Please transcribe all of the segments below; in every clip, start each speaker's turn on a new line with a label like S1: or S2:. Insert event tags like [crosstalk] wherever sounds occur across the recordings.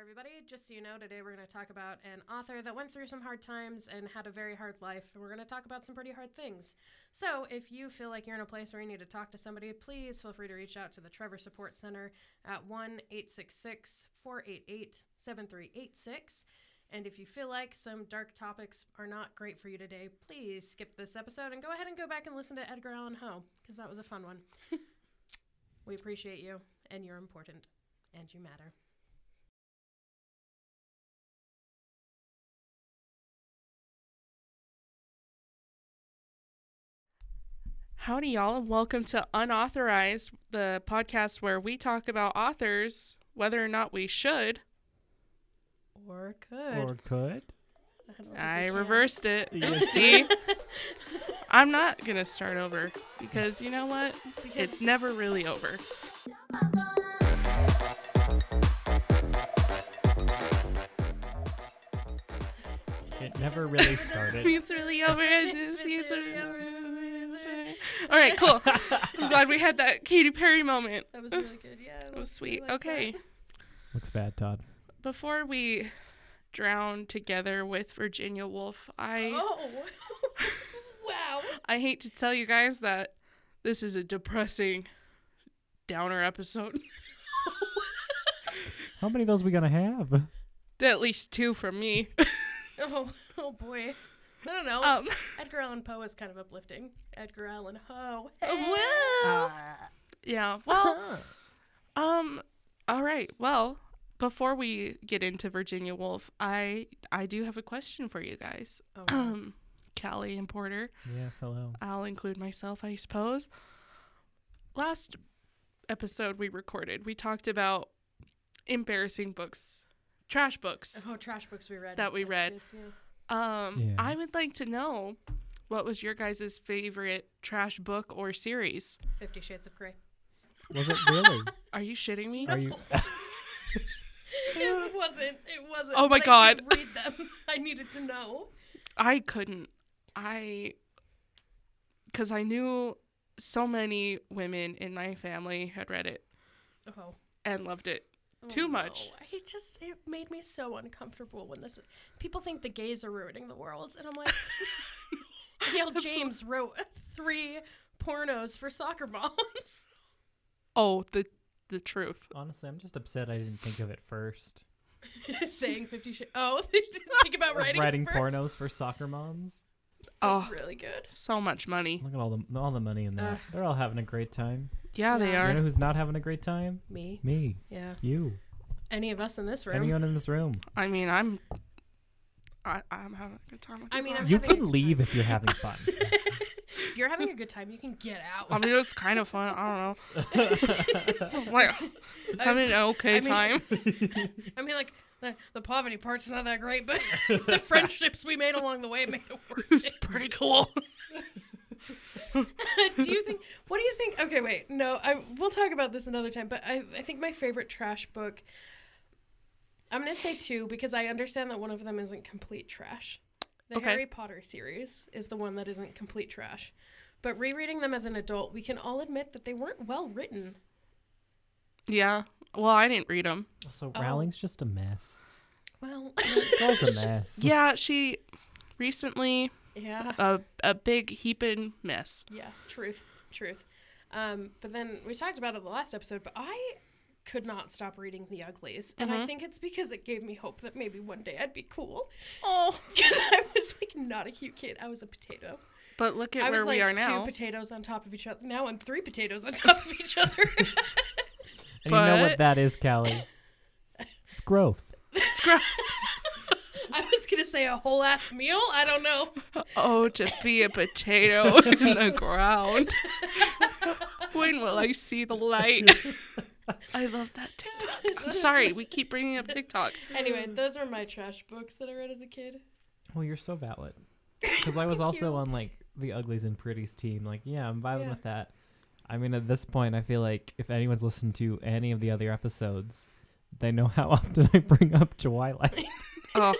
S1: everybody. Just so you know, today we're going to talk about an author that went through some hard times and had a very hard life. And we're going to talk about some pretty hard things. So, if you feel like you're in a place where you need to talk to somebody, please feel free to reach out to the Trevor Support Center at 1 866 488 7386. And if you feel like some dark topics are not great for you today, please skip this episode and go ahead and go back and listen to Edgar Allan Poe because that was a fun one. we appreciate you, and you're important, and you matter.
S2: Howdy, y'all, and welcome to Unauthorized, the podcast where we talk about authors, whether or not we should.
S1: Or could.
S3: Or could.
S1: I, don't think we
S2: I
S1: can.
S2: reversed it.
S1: [laughs]
S3: You
S2: See? I'm not going to start over because you know what? It's never
S1: [laughs]
S2: really over.
S3: It never really
S1: [laughs]
S3: started.
S2: It's really over. It's,
S1: It's really
S2: over.
S1: over. It's really
S2: All right, cool.
S1: [laughs]
S2: I'm glad we had that Katy Perry moment.
S1: That was really good. Yeah.
S2: That was sweet. Okay.
S3: Looks bad, Todd.
S2: Before we drown together with Virginia Woolf, I.
S1: Oh. [laughs] wow. [laughs]
S2: I hate to tell you guys that this is a depressing downer episode. [laughs]
S3: How many of those we gonna
S1: [laughs]
S3: have?
S2: At least two from [laughs] me.
S1: Oh, oh boy. I don't know.
S2: Um,
S1: Edgar Allan Poe is kind of uplifting. Edgar Allan Poe.
S2: Uh, well, yeah. Well, um, all right. Well, before we get into Virginia Woolf, I I do have a question for you guys.
S1: Oh, no.
S2: Um, Callie and Porter.
S3: Yes, hello.
S2: I'll include myself, I suppose. Last episode we recorded, we talked about embarrassing books, trash books.
S1: oh, trash books we read.
S2: That we
S1: as
S2: read.
S1: kids, yeah.
S2: Um, I
S3: Yes.
S2: would like to know what was your guys' favorite trash book or series?
S1: Fifty Shades of
S2: [laughs]
S1: Grey.
S3: Was it really?
S2: Are you shitting me?
S3: Are you?
S1: It wasn't. It wasn't.
S2: Oh my
S1: but I did
S2: God.
S1: read them. [laughs] I needed to know.
S2: I couldn't. I, because I knew so many women in my family had read it
S1: Oh.
S2: and loved it.
S1: Oh,
S2: Too much.
S1: No. It just it made me so uncomfortable when this. People think the gays are ruining the world, and I'm [laughs] like, Yale James wrote three pornos for soccer moms.
S2: Oh, the the truth.
S3: Honestly, I'm just upset I didn't think of it first.
S1: [laughs] Saying Fifty Shades. Oh, [laughs] they didn't think about writing. it
S3: Writing
S1: first.
S3: pornos for soccer moms.
S1: That's
S2: Oh,
S1: really good.
S2: so much money.
S3: Look at all the all the money in that.
S1: Ugh.
S3: They're all having a great time.
S2: Yeah, they
S1: Yeah.
S3: You know
S2: are.
S3: who's not having a great time?
S1: Me.
S3: Me,
S1: Yeah.
S3: you,
S1: Any of us in this room.
S3: anyone in this room.
S2: I mean, I'm. I, I'm having a good time. With
S1: I
S2: you
S1: mean,
S2: guys.
S1: I'm
S3: You
S1: having a Oh.
S3: can
S1: good
S3: leave if you're having
S1: [laughs]
S3: fun.
S1: if you're having a good time, you can get out.
S2: I mean, it was kind of fun. I
S1: [laughs]
S2: don't know. like, having an okay
S1: I mean-
S2: time.
S1: [laughs] I mean, like the, the poverty part's not that great, [laughs] but the friendships we made along the way made it worth
S2: It's
S1: it.
S2: pretty cool.
S1: do you think? What do you think? Okay, wait, no, I we'll talk about this another time. But I, I think my favorite trash book. I'm gonna say two because I understand that one of them isn't complete trash. The
S2: Okay.
S1: Harry Potter series is the one that isn't complete trash. But rereading them as an adult, we can all admit that they weren't well written.
S2: Yeah. Well, I didn't read
S3: [laughs]
S2: them.
S3: also, Rowling's just a mess.
S1: [laughs] Well,
S3: Girl's a mess.
S2: Yeah, she recently
S1: yeah.
S2: a a big heaping mess.
S1: Yeah, truth, truth. Um, but then we talked about it the last episode, but I could not stop reading The Uglies. And I think it's because it gave me hope that maybe one day I'd be cool.
S2: Oh.
S1: [laughs] Because I was like not a cute kid. I was a potato.
S2: But look at
S1: I
S2: where
S1: was like
S2: we are now.
S1: two
S2: [laughs]
S1: potatoes on top of each other. Now I'm three potatoes on [laughs] top of each other.
S3: And you know
S2: But-
S3: what that is, Callie? It's growth.
S2: Scrub-
S1: I was going to say a whole ass meal. I don't know. [laughs]
S2: oh, to be a potato in the ground.
S1: [laughs]
S2: when will I see the light? I love that
S1: [laughs]
S2: TikTok. I'm [laughs] sorry, we keep bringing up TikTok.
S1: Anyway, those were my trash books that I read as a kid.
S3: Well, you're so [laughs] valid. Because I was also on like the uglies and pretties team. Like, yeah, I'm vibing
S1: Yeah.
S3: with that. I mean, at this point, I feel like if anyone's listened to any of the other episodes, they know how [laughs] often I bring up [laughs] Twilight.
S2: Oh,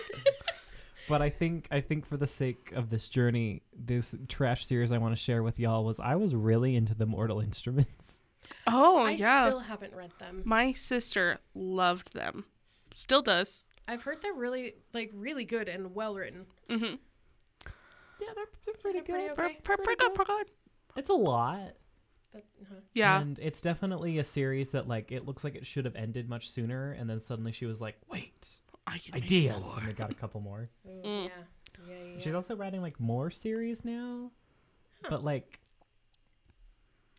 S3: but I think I think for the sake of this journey, this trash series I want to share with y'all was I was really into the Mortal Instruments. [laughs]
S2: oh
S1: I
S2: yeah.
S1: still haven't read them.
S2: My sister loved them. Still does.
S1: I've heard they're really like really good and well written.
S2: Mm-hmm.
S3: Yeah, they're, they're pretty
S1: They're pretty
S3: good.
S1: Okay,
S2: pretty good, pretty good.
S3: It's a lot.
S1: That, huh.
S2: Yeah.
S3: And it's definitely a series that like it looks like it should have ended much sooner and then suddenly she was like, "Wait,
S2: I can make
S3: ideas."
S2: more.
S3: And they got a couple
S2: [laughs]
S3: more.
S1: Oh,
S2: Mm.
S1: Yeah. Yeah. Yeah.
S3: She's
S1: yeah.
S3: also writing like more series now. But like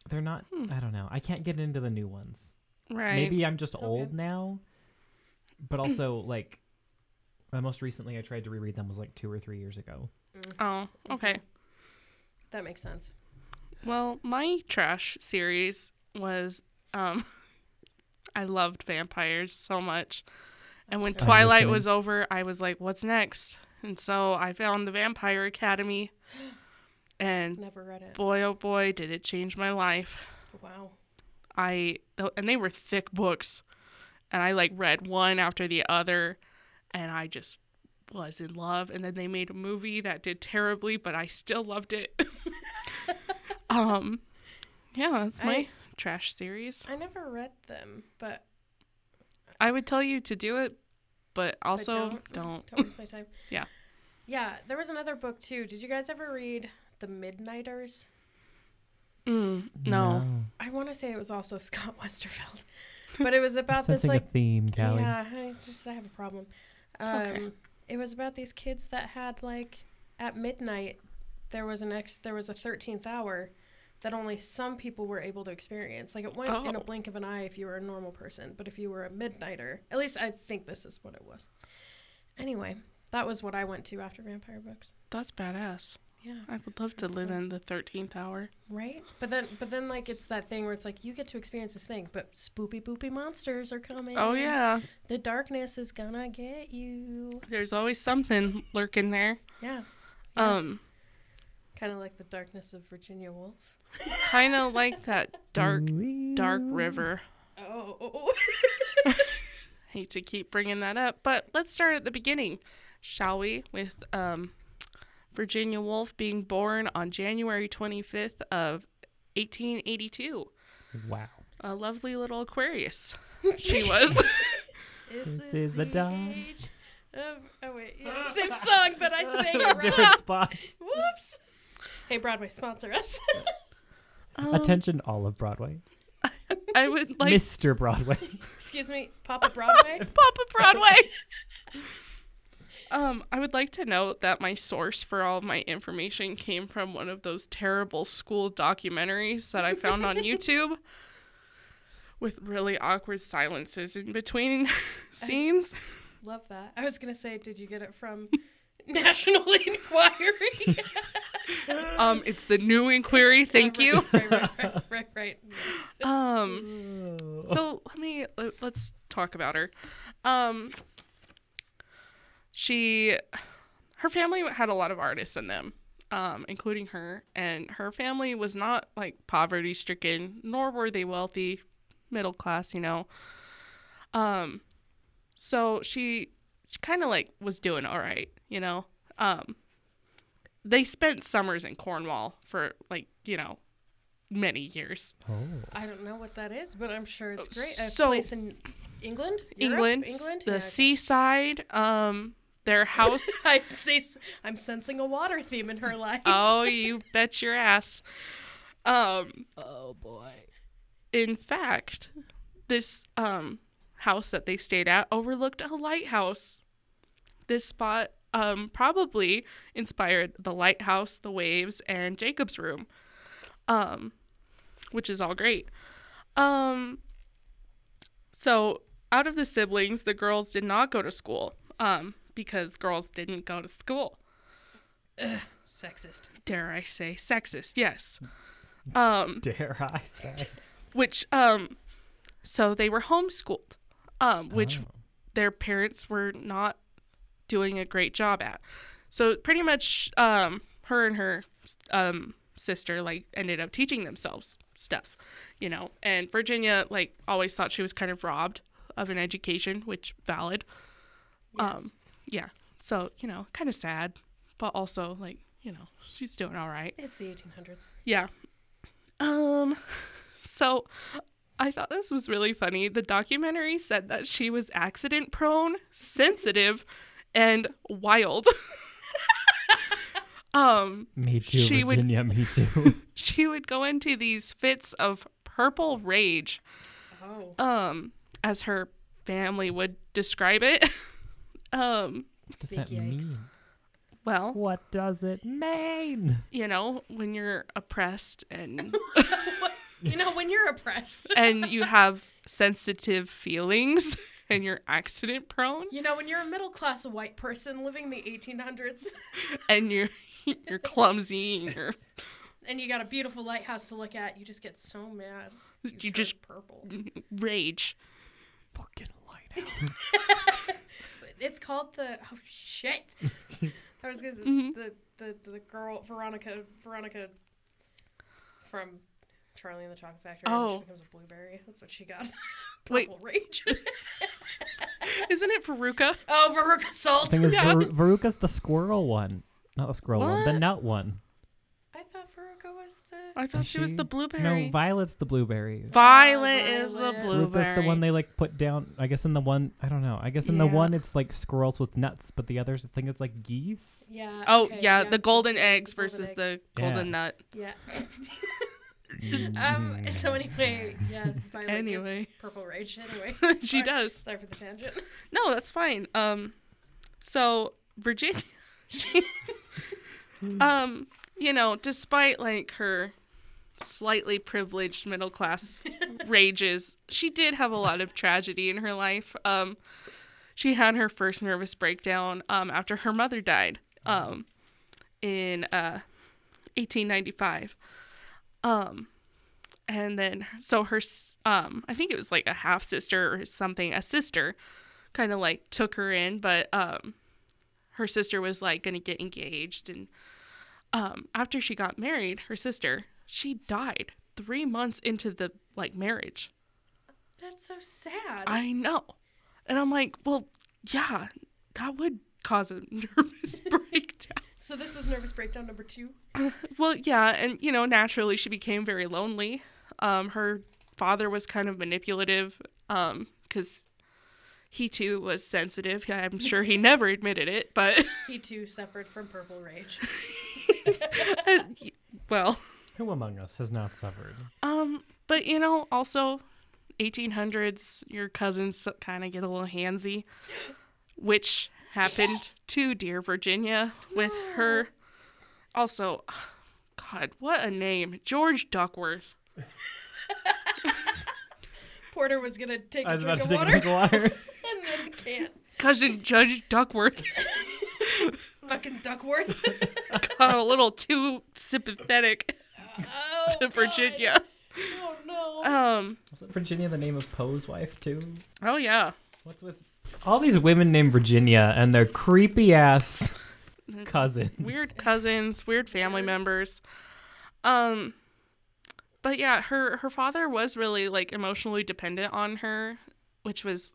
S3: they're not
S2: Hmm.
S3: I don't know. I can't get into the new ones.
S2: Right.
S3: Maybe I'm just
S1: Okay.
S3: old now.
S2: [clears throat]
S3: But also like the most recently I tried to reread them was like 2 or 3 years ago.
S2: Oh, okay.
S1: That makes sense.
S2: Well, my trash series was um [laughs] I loved vampires so much. And when
S1: I'm
S2: Twilight
S3: listening.
S2: was over, I was like, what's next? And so I found the Vampire Academy [gasps] and
S1: Never read it.
S2: boy oh boy did it change my life.
S1: Wow.
S2: I and they were thick books and I like read one after the other and I just was in love and then they made a movie that did terribly but I still loved it. [laughs] um yeah, that's my
S1: I-
S2: trash series.
S1: I never read them, but
S2: I would tell you to do it but also
S1: don't.
S2: don't.
S1: don't waste my time.
S2: Yeah.
S1: Yeah. There was another book too. Did you guys ever read The Midnighters?
S2: Mm, no.
S1: I want to say it was also [laughs] Scott Westerfeld, but it was about
S3: I'm
S1: this
S3: sensing
S1: like
S3: a theme, Callie.
S1: Yeah, I just I have a problem. Um,
S2: okay.
S1: It was about these kids that had like at midnight there was an ex there was a thirteenth hour that only some people were able to experience. Like it went in a
S2: Oh.
S1: blink of an eye if you were a normal person, but if you were a midnighter, at least I think this is what it was. Anyway, that was what I went to after vampire books.
S2: That's badass.
S1: Yeah,
S2: I would love to live in the 13th hour.
S1: right. But then, but then, like it's that thing where it's like you get to experience this thing, but spoopy boopy monsters are coming.
S2: Oh yeah.
S1: the darkness is gonna get you.
S2: There's always something lurking there.
S1: Yeah, Yeah.
S2: Um
S1: Kind of like the darkness of Virginia Woolf.
S2: kind of like that dark
S3: Mm.
S2: dark
S3: Ooh.
S2: river.
S1: Oh. [laughs]
S2: hate to keep bringing that up, but let's start at the beginning, shall we? With um, Virginia Woolf being born on January 25th of 1882. [laughs]
S3: Wow.
S2: A lovely little Aquarius she was.
S3: [laughs] This is the dawn.
S1: age of- oh wait, yeah, same song, but I sang it wrong.
S3: [laughs] Different spots.
S2: [laughs]
S1: Whoops. Hey Broadway, sponsor us. [laughs]
S2: Um,
S3: Attention all of Broadway.
S2: I would like
S3: Mr. Broadway.
S2: [laughs]
S3: [laughs]
S1: Excuse me, Papa Broadway.
S2: Papa Broadway. um, I would like to note that my source for all of my information came from one of those terrible school documentaries that I found on YouTube with really awkward silences in between [laughs] scenes.
S1: Love that. I was gonna say, did you get it from [laughs] National [laughs] Enquiry?
S2: Um, it's the new inquiry. [laughs] Thank
S1: Right,
S2: you.
S1: Right, right, right, right, right. Yes.
S2: Um,
S3: Oh.
S2: so let me let- let's talk about her. Um, she, her family had a lot of artists in them, um, including her, and her family was not like poverty stricken, nor were they wealthy, middle class, you know. Um, so she, she kind of like was doing all right, you know. Um, they spent summers in Cornwall for like you know many years.
S3: Oh.
S1: I don't know what that is, but I'm sure it's great. A
S2: Oh, So-
S1: place in England, Europe?
S2: England,
S1: England,
S2: the
S1: Yeah, okay.
S2: seaside, um,
S1: [laughs]
S2: their house.
S1: I see, I'm sensing a water theme in her life.
S2: oh, you bet your ass. Um,
S3: Oh boy.
S2: in fact, this um house that they stayed at overlooked a lighthouse. This spot um probably inspired the lighthouse, the waves, and Jacob's room. Um, which is all great. Um, so out of the siblings, the girls did not go to school. Um, because girls didn't go to school.
S1: Sexist.
S2: Dare I say sexist? Yes. Um,
S3: Dare I say?
S2: which um, so they were homeschooled, um, which
S3: Oh.
S2: their parents were not doing a great job at. So pretty much, um, her and her um, sister like ended up teaching themselves stuff, you know. And Virginia like always thought she was kind of robbed of an education, which valid. Um, yeah. So you know, kind of sad, but also like you know, she's doing all right.
S1: It's the 1800s.
S2: Yeah. Um [laughs] so I thought this was really funny. The documentary said that she was accident prone, sensitive, and wild. [laughs] um,
S3: Me too,
S2: She would-
S3: Virginia. Me [laughs] too.
S2: she would go into these fits of purple rage,
S1: Oh.
S2: um, as her family would describe it. [laughs] um,
S3: What does
S1: Big
S3: that
S1: yikes.
S3: mean?
S2: well,
S3: What does it mean?
S2: you know, when you're oppressed and
S1: you know, when you're oppressed.
S2: and you have sensitive feelings [laughs] and you're accident prone
S1: You know, when you're a middle class white person living in the 1800s
S2: and you're [laughs] you're clumsy and you're
S1: [laughs] and you got a beautiful lighthouse to look at, you just get so mad.
S2: You
S1: turn
S2: just-
S1: purple.
S2: rage.
S3: Fucking lighthouse.
S1: It's called the [laughs] oh shit. I was gonna
S2: Mhm.
S1: the, the the girl Veronica Veronica from Charlie and the Chocolate Factory. and
S2: Oh.
S1: she becomes a blueberry. That's what she got. [laughs]
S2: Wait.
S1: Purple rage.
S2: [laughs] Isn't it Veruca?
S1: oh, Veruca
S3: The
S1: Salt.
S2: [laughs]
S3: thing is,
S2: Yeah.
S3: Veru- Veruca's the squirrel one, not the squirrel one,
S2: What?
S3: the nut one.
S1: I thought Veruca was the.
S2: I thought
S3: Is
S2: she, was the
S3: she?
S2: blueberry.
S3: No, Violet's the blueberry.
S2: Violet, is the
S1: Violet.
S2: blueberry.
S3: Rupa's the one they like put down. I guess in the one I don't know. I guess in the
S2: Yeah.
S3: one it's like squirrels with nuts, but the others I think it's like geese.
S1: Yeah.
S2: Oh
S1: okay,
S2: yeah, the
S1: that's
S2: golden
S1: what it is,
S2: eggs
S1: the golden
S2: versus
S1: eggs.
S2: the
S3: Yeah.
S2: golden nut.
S1: Yeah.
S2: [laughs]
S1: Um. So anyway, yeah. Violet
S2: Anyway.
S1: gets purple rage. Anyway,
S2: [laughs] she
S1: Sorry.
S2: does.
S1: Sorry for the tangent.
S2: No, that's fine. Um, so Virginia, [laughs] she, um, you know, despite like her slightly privileged middle class rages, she did have a lot of tragedy in her life. Um, she had her first nervous breakdown um, after her mother died um, in uh, 1895. Um, and then, so her, s- um, I think it was like a half sister or something, a sister kind of like took her in, but um, her sister was like going to get engaged. And um, after she got married, her sister, she died three months into the like marriage.
S1: That's so sad.
S2: I know. And I'm like, well, yeah, that would cause a [laughs] nervous breakdown.
S1: so this was nervous breakdown number two.
S2: Well, yeah, and you know, naturally she became very lonely. Um, her father was kind of manipulative um, cuz he too was sensitive. Yeah, I'm sure he never admitted it, but
S1: He too suffered from purple [laughs] rage.
S2: Uh, well,
S3: Who among us has not suffered?
S2: um, but you know, also 1800s your cousins kind of get a little handsy, which happened to dear Virginia with her also God, what a name. George Duckworth.
S1: Porter was gonna take a
S3: I was about
S1: drink
S3: to
S1: of
S3: take a
S1: water
S3: drink of water.
S1: [laughs]
S2: [laughs]
S1: and then can't.
S2: Cousin Judge Duckworth [laughs]
S1: Fucking
S3: [laughs]
S1: Duckworth.
S2: got a little too sympathetic
S1: oh,
S2: to Virginia.
S1: God. Oh no.
S2: Um,
S3: Wasn't Virginia the name of Poe's wife too?
S2: oh yeah.
S3: What's with all these women named Virginia and their creepy ass cousins?
S2: Weird cousins, weird family
S1: Weird.
S2: members. Um but yeah, her her father was really like emotionally dependent on her, which was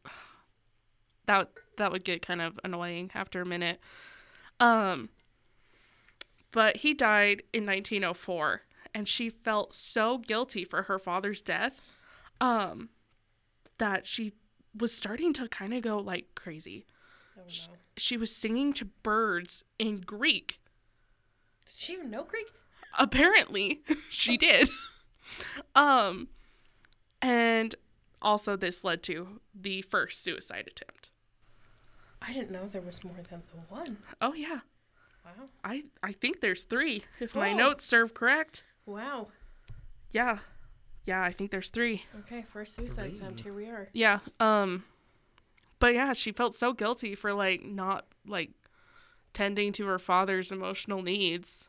S2: that that would get kind of annoying after a minute. Um but he died in 1904 and she felt so guilty for her father's death um that she was starting to kind of go like crazy.
S1: oh no. Does
S2: She was singing to birds in Greek
S1: she even know Greek?
S2: apparently [laughs] she did um and also this led to the first suicide attempt
S1: I didn't know there was more than the one.
S2: oh yeah
S1: Wow.
S2: i i think there's three if my
S1: Oh.
S2: notes serve correct
S1: Wow.
S2: yeah yeah i think there's three
S1: Okay, first suicide attempt. Here we are.
S2: yeah um but yeah she felt so guilty for like not like tending to her father's emotional needs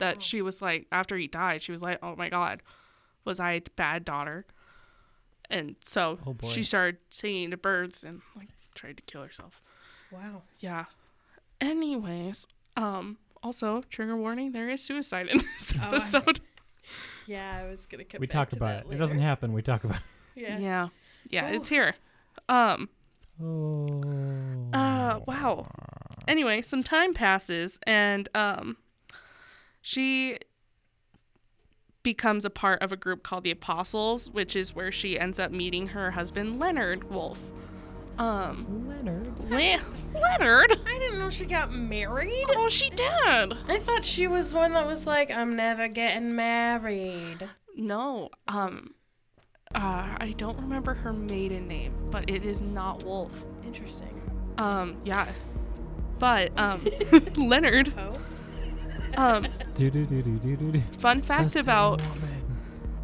S1: Oh.
S2: that she was like after he died she was like oh my god was i a bad daughter and so
S3: Oh, boy.
S2: she started singing to birds and like tried to kill herself
S1: Wow.
S2: yeah anyways um also trigger warning there is suicide in this
S1: Oh, I see.
S2: episode
S1: Yeah, I was gonna come
S3: We
S1: back
S3: talked
S1: to
S3: about
S1: that
S3: it. It doesn't
S1: later.
S3: happen. We talk about it.
S1: Yeah. Oh.
S2: yeah yeah
S1: Ooh.
S2: it's here um
S3: Oh.
S2: Uh, wow. Anyway, some time passes, and um, she becomes a part of a group called the Apostles, which is where she ends up meeting her husband Leonard Wolf. Um,
S3: Leonard.
S2: Le- Leonard?
S1: I didn't know she got married.
S2: Oh, she did.
S1: I thought she was one that was like, I'm never getting married.
S2: No. Um, uh, I don't remember her maiden name, but it is not Wolf.
S1: Interesting.
S2: Um, yeah. But um, Leonard.
S1: Oh.
S2: Um,
S3: Do do do do do do.
S2: fun fact about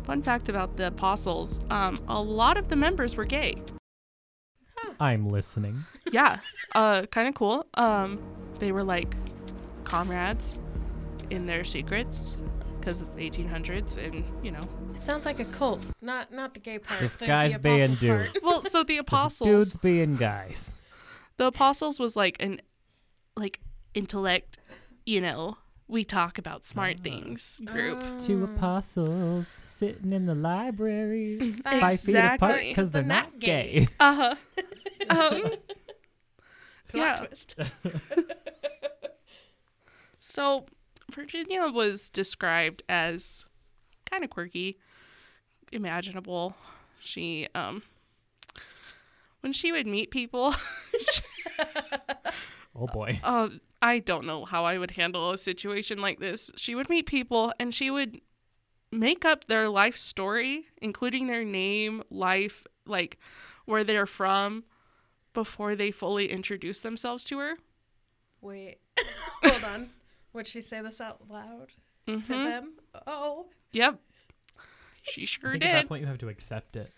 S2: fun fact about the apostles. Um, a lot of the members were gay.
S3: I'm listening.
S2: yeah, uh, kind of cool. Um, they were like comrades in their secrets because of the 1800s, and you know.
S1: It sounds like a cult, not not the gay part.
S3: Just
S1: the,
S3: guys
S1: the
S3: being
S1: apostles part.
S3: dudes.
S2: Well, so the
S3: [laughs] Just
S2: apostles,
S3: dudes being guys.
S2: the apostles was like an, like intellect, you know. We talk about
S3: Uh-huh.
S2: smart things group.
S3: Two apostles sitting in the library,
S1: Thanks.
S3: five feet apart
S2: Exactly.
S3: because they're
S1: They're
S3: not
S1: not
S3: gay. [laughs]
S2: Uh huh. um,
S1: Plot
S2: Yeah.
S1: twist.
S2: So, Virginia was described as kind of quirky, imaginable. She, um, when she would meet people, [laughs]
S3: Oh boy.
S2: uh, I don't know how I would handle a situation like this. She would meet people and she would make up their life story, including their name, life, like where they're from, before they fully introduce themselves to her.
S1: Wait, [laughs] hold on. Would she say this out loud to
S2: Mhm.
S1: them? Oh,
S2: Yep. She sure
S3: I think at that
S2: did.
S3: point you have to accept it.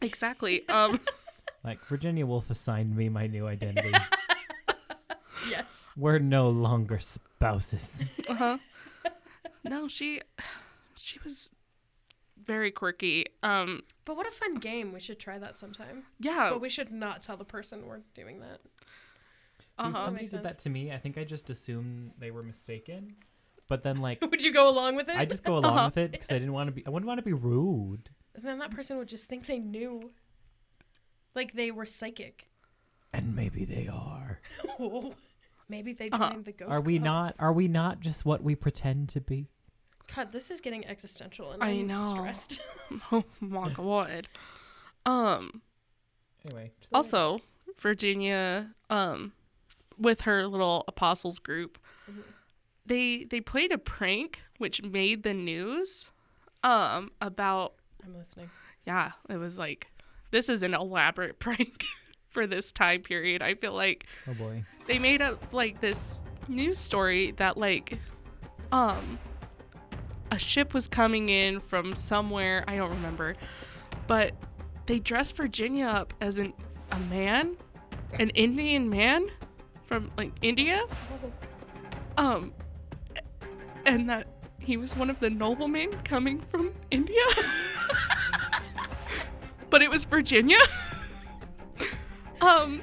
S2: Exactly. Um,
S3: Like Virginia Woolf assigned me my new identity.
S1: yes.
S3: We're no longer spouses.
S2: Uh-huh. [laughs] no, she she was very quirky. Um
S1: But what a fun game. We should try that sometime.
S2: yeah.
S1: But we should not tell the person we're doing that. [laughs]
S3: So if
S2: uh-huh.
S3: somebody
S1: Makes
S3: did that
S1: sense.
S3: to me, I think I just assumed they were mistaken. But then like
S1: Would you go along with it?
S3: I just go along
S2: Uh-huh.
S3: with it because I didn't want to be I wouldn't want to be rude.
S1: Then that person would just think they knew. Like they were psychic.
S2: [laughs]
S1: [laughs]
S3: And maybe they are.
S1: Oh, maybe they joined
S2: Uh-huh.
S1: the ghost.
S3: Are we
S1: club.
S3: not are we not just what we pretend to be?
S1: God, this is getting existential, and
S2: I
S1: I'm
S2: know.
S1: stressed. [laughs]
S2: [laughs] Oh my god. Um
S3: Anyway. to the
S2: also
S3: ladies.
S2: Virginia um with her little apostles group they they played a prank which made the news um about
S1: I'm listening.
S2: yeah, it was like this is an elaborate [laughs] prank for this time period. I feel like
S3: Oh boy.
S2: they made up like this news story that like um a ship was coming in from somewhere i don't remember but they dressed virginia up as an a man an indian man from like india
S1: Oh,
S2: um and that he was one of the noblemen coming from india [laughs] but it was virginia [laughs] um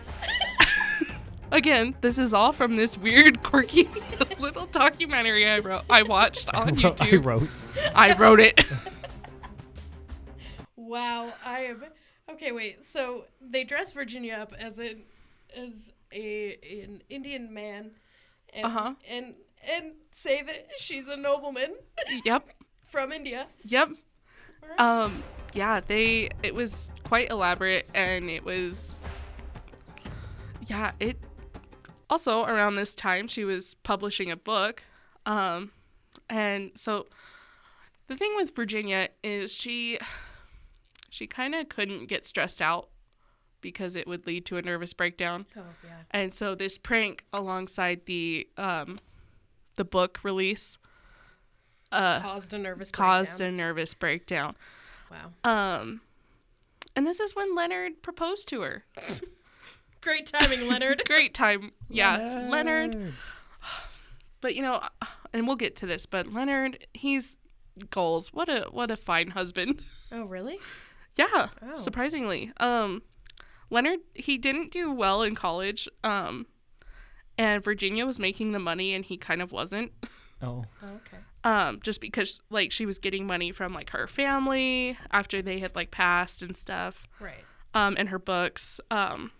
S2: [laughs] again this is all from this weird quirky [laughs] little documentary i wrote i watched
S3: [laughs]
S2: on
S3: I wrote- I
S2: youtube
S3: wrote.
S2: i wrote it
S1: wow, I am. Okay, wait. So they dress Virginia up as a as a an Indian man, and
S2: Uh-huh.
S1: and and say that she's a nobleman [laughs]
S2: yep
S1: from India.
S2: yep um yeah they it was quite elaborate and it was yeah it also around this time she was publishing a book um and so the thing with virginia is she she kind of couldn't get stressed out because it would lead to a nervous breakdown
S1: Oh yeah.
S2: and so this prank alongside the um the book release uh
S1: caused a nervous
S2: caused
S1: breakdown.
S2: a nervous breakdown
S1: wow
S2: um, and this is when Leonard proposed to her.
S1: great timing
S2: [laughs]
S1: leonard
S2: Great time, yeah, Leonard. But you know, and we'll get to this. But Leonard, he's goals. What a what a fine husband. [laughs]
S1: oh really
S2: Yeah,
S1: Oh.
S2: surprisingly. Um, Leonard he didn't do well in college. Um, and Virginia was making the money, and he kind of wasn't.
S3: Oh.
S1: okay
S2: um just because like she was getting money from like her family after they had like passed and stuff
S1: right
S2: um, in her books. Um,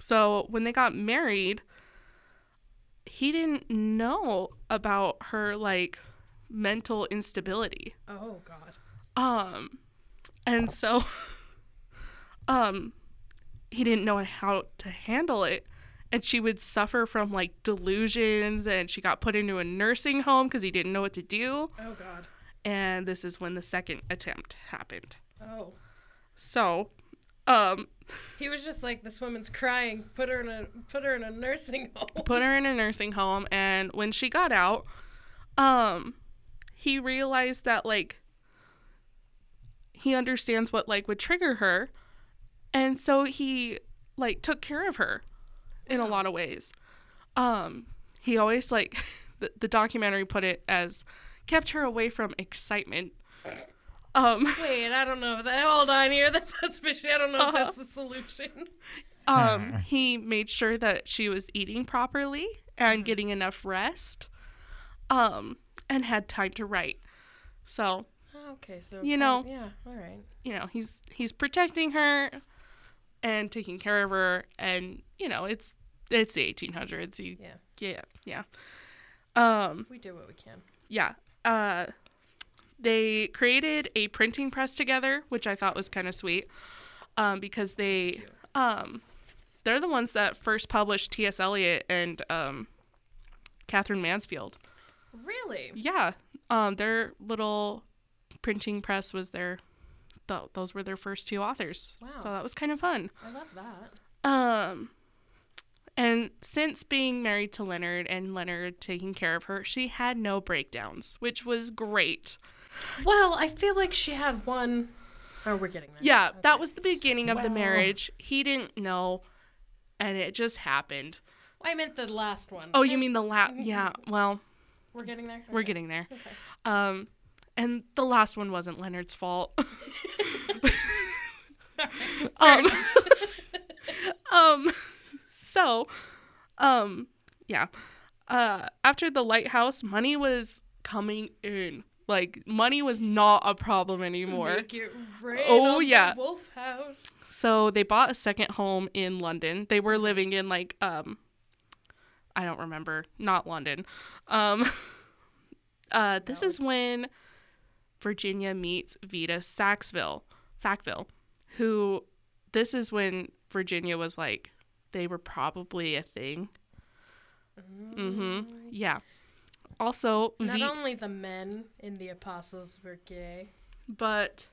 S2: so when they got married, he didn't know about her like mental instability.
S1: Oh God.
S2: Um, and so, [laughs] um, he didn't know how to handle it. And she would suffer from like delusions, and she got put into a nursing home because he didn't know what to do.
S1: Oh God.
S2: And this is when the second attempt happened.
S1: Oh.
S2: So, um,
S1: He was just like, this woman's crying. Put her in a put her in a nursing home.
S2: put her in a nursing home and when she got out um he realized that like he understands what like would trigger her and so he like took care of her in a lot of ways um he always like [laughs] the, the documentary put it as kept her away from excitement um
S1: Wait, I don't know. If that, hold on here. That's suspicious. I don't know if
S2: Uh-huh.
S1: that's the solution.
S2: Um, he made sure that she was eating properly and getting enough rest, um, and had time to write. So
S1: Okay, so
S2: You know-
S1: yeah, all right.
S2: you know he's he's protecting her, and taking care of her, and you know it's it's the 1800s. You,
S1: Yeah.
S2: yeah, yeah. Um,
S1: We do what we can.
S2: yeah. Uh, they created a printing press together, which I thought was kind of sweet, um, because they
S1: cute.
S2: um, they're the ones that first published T.S. Eliot and um, Catherine Mansfield.
S1: Really?
S2: Yeah, um, their little printing press was their. Th- those were their first two authors,
S1: Wow.
S2: so that was kind of fun.
S1: I love that.
S2: Um, and since being married to Leonard and Leonard taking care of her, she had no breakdowns, which was great.
S1: Well, I feel like she had one. Oh, we're getting there.
S2: Yeah, that was the beginning of the
S3: Wow.
S2: marriage. He didn't know, and it just happened.
S1: I meant the last one.
S2: Oh, you mean the last? [laughs] Yeah. Well,
S1: we're getting there.
S2: we're
S1: Okay.
S2: getting there. Um, and the last one wasn't Leonard's fault. [laughs] um, [laughs] um, so, um, yeah. Uh, after the lighthouse, money was coming in. Like money was not a problem anymore.
S1: Make it rain
S2: Oh,
S1: on the
S2: yeah.
S1: Wolf House.
S2: So they bought a second home in London. They were living in like um I don't remember, not London. Um [laughs] uh this is when Virginia meets Vita Saxville, Sackville, who this is when Virginia was like they were probably a thing. Mhm. Yeah. Also,
S1: Not
S2: Vi-
S1: only the men in the apostles were gay.
S2: but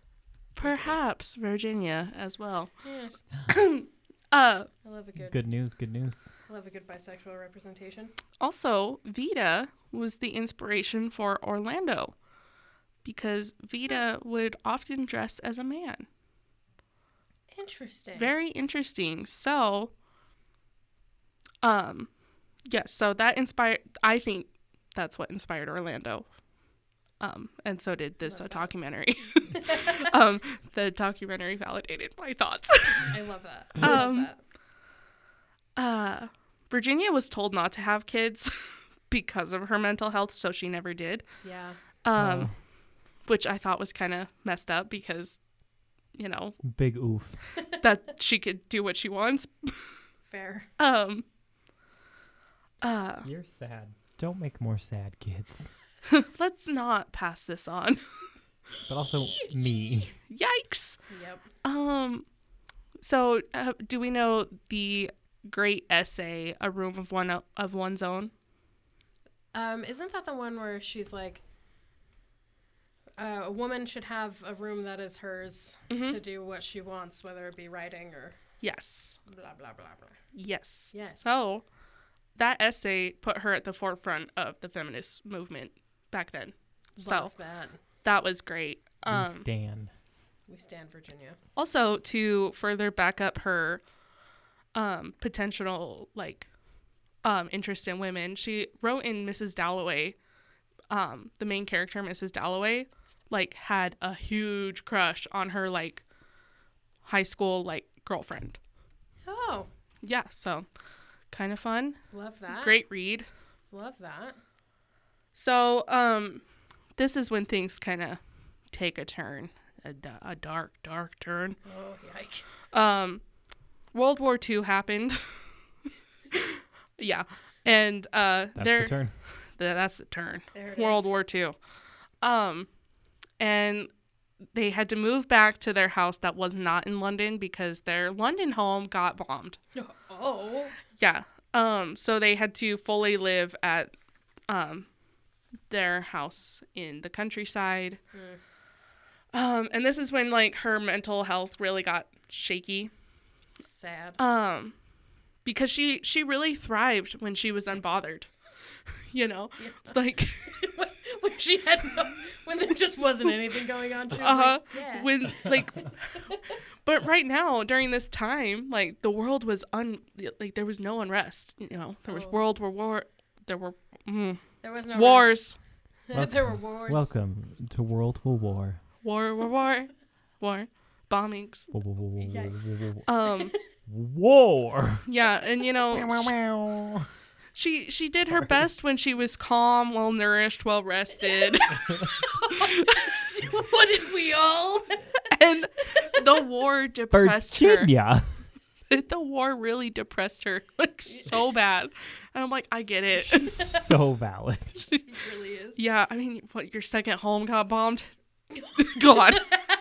S2: perhaps Virginia as well.
S1: Yes,
S2: Uh
S1: I love a good,
S3: Good news, good news.
S1: I love a good bisexual representation.
S2: Also, Vita was the inspiration for Orlando because Vita would often dress as a man.
S1: Interesting.
S2: Very interesting. So, um, yes, so that inspired, I think that's what inspired Orlando. Um, and so did this
S1: Love that. [laughs]
S2: documentary. [laughs] um, the documentary validated my
S1: [laughs]
S2: thoughts.
S1: I love that. I love
S2: Um,
S1: that.
S2: Uh, Virginia was told not to have kids [laughs] because of her mental health, so she never did.
S1: Yeah.
S2: Um,
S3: Uh,
S2: which I thought was kind of messed up because, you know,
S3: big oof.
S2: that she could do what she wants.
S1: Fair.
S2: Um, uh,
S3: You're sad. Don't make more sad kids.
S2: let's not pass this on. [laughs]
S3: But also me.
S2: Yikes.
S1: Yep.
S2: Um, so uh, do we know the great essay, "A Room of One of One's Own"?
S1: Um, isn't that the one where she's like, uh, a woman should have a room that is hers
S2: Mm-hmm.
S1: to do what she wants, whether it be writing or
S2: Yes.
S1: blah blah blah blah.
S2: Yes.
S1: Yes.
S2: So that essay put her at the forefront of the feminist movement back then. So
S1: Love that.
S2: that was great. Um,
S3: we stand.
S1: We stand Virginia.
S2: also to further back up her um potential like um interest in women she wrote in mrs dalloway um the main character mrs dalloway like had a huge crush on her like high school like girlfriend
S1: Oh,
S2: yeah so kind of fun
S1: love that.
S2: great read
S1: Love that.
S2: so um this is when things kind of take a turn a, da- a dark dark turn
S1: Oh, yike. [laughs]
S2: um, World War II happened. [laughs] yeah, and uh,
S3: That's
S2: there
S3: the turn.
S2: th- that's the turn.
S1: There it
S2: World
S1: is.
S2: War II. Um, and they had to move back to their house that was not in London because their London home got bombed.
S1: Oh.
S2: Yeah. Um, so they had to fully live at um, their house in the countryside.
S1: Hmm.
S2: Um, and this is when like her mental health really got shaky.
S1: Sad.
S2: Um, because she she really thrived when she was unbothered. [laughs] you know,
S1: [laughs]
S2: like
S1: [laughs] when, when she had no, when there just wasn't anything going on, she was
S2: uh-huh,
S1: like, yeah.
S2: when
S1: [laughs]
S2: like but right now during this time like the world was un like there was no unrest you know there was
S1: Oh.
S2: world war war there were mm,
S1: there was no
S2: wars
S1: rest. [laughs] there were wars.
S3: Welcome to World War War.
S2: war war war war bombings
S3: War. War. War.
S1: Yikes. [laughs]
S2: um
S3: War.
S2: yeah and you know sh-
S3: War.
S2: she she did her best when she was calm well nourished well
S1: [laughs]
S2: rested
S1: [laughs] Wouldn't we all?
S2: [laughs]
S1: [laughs]
S2: and the war depressed her
S3: Virginia.
S2: [laughs] the war really depressed her [laughs] like so bad and i'm like i get it
S3: She's so
S1: [laughs]
S3: valid.
S1: it really is.
S2: [laughs] Yeah, I mean, what your second home got bombed? [laughs] God, [laughs]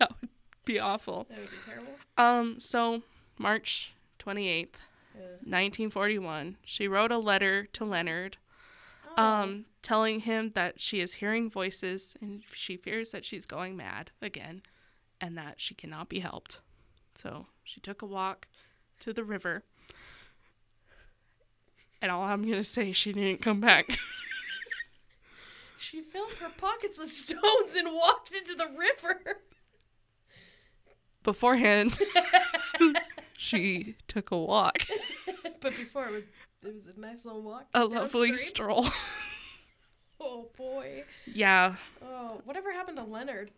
S2: that would be awful.
S1: That would be terrible.
S2: Um, so March twenty eighth,
S1: Yeah.
S2: nineteen forty one, she wrote a letter to Leonard,
S1: Oh.
S2: um, telling him that she is hearing voices and she fears that she's going mad again, and that she cannot be helped. So she took a walk to the river. And all I'm gonna say, is she didn't come back. [laughs]
S1: She filled her pockets with stones and walked into the river. [laughs]
S2: beforehand she took a walk
S1: but before it was it was a nice little walk.
S2: a
S1: down
S2: lovely
S1: street.
S2: stroll [laughs]
S1: Oh boy.
S2: yeah
S1: Oh, whatever happened to Leonard?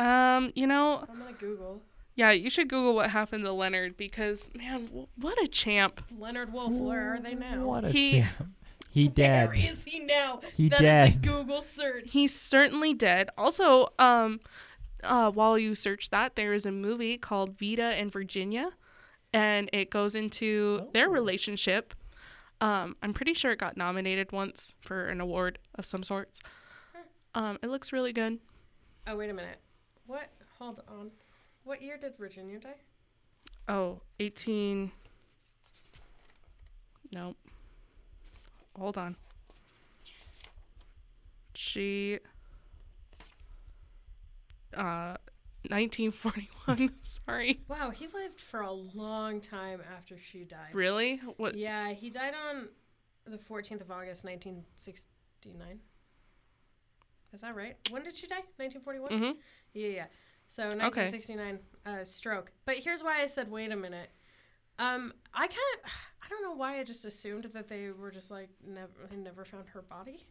S2: um you know
S1: I'm gonna Google
S2: yeah you should google what happened to leonard because man w- what a champ
S1: Leonard Wolf. Where are they now?
S3: What a
S2: He-
S3: champ. He
S1: Where
S3: dead.
S1: is he now?
S3: He
S1: That is a
S3: dead.
S1: Google search.
S2: he's certainly dead also um uh, while you search that there is a movie called vita and virginia and it goes into their relationship um i'm pretty sure it got nominated once for an award of some sorts um it looks really good
S1: Oh wait a minute. What? Hold on. What year did Virginia die?
S2: Oh, 18. Nope. Hold on. She. Uh, 1941. [laughs] Sorry.
S1: Wow, he lived for a long time after she died.
S2: Really? What?
S1: Yeah, he died on the 14th of August, 1969. Is that right? When did she die? 1941?
S2: hmm
S1: Yeah, yeah. So 1969 uh, stroke. But here's why I said wait a minute. Um, I kind of, I don't know why I just assumed that they were just like never, they never found her body.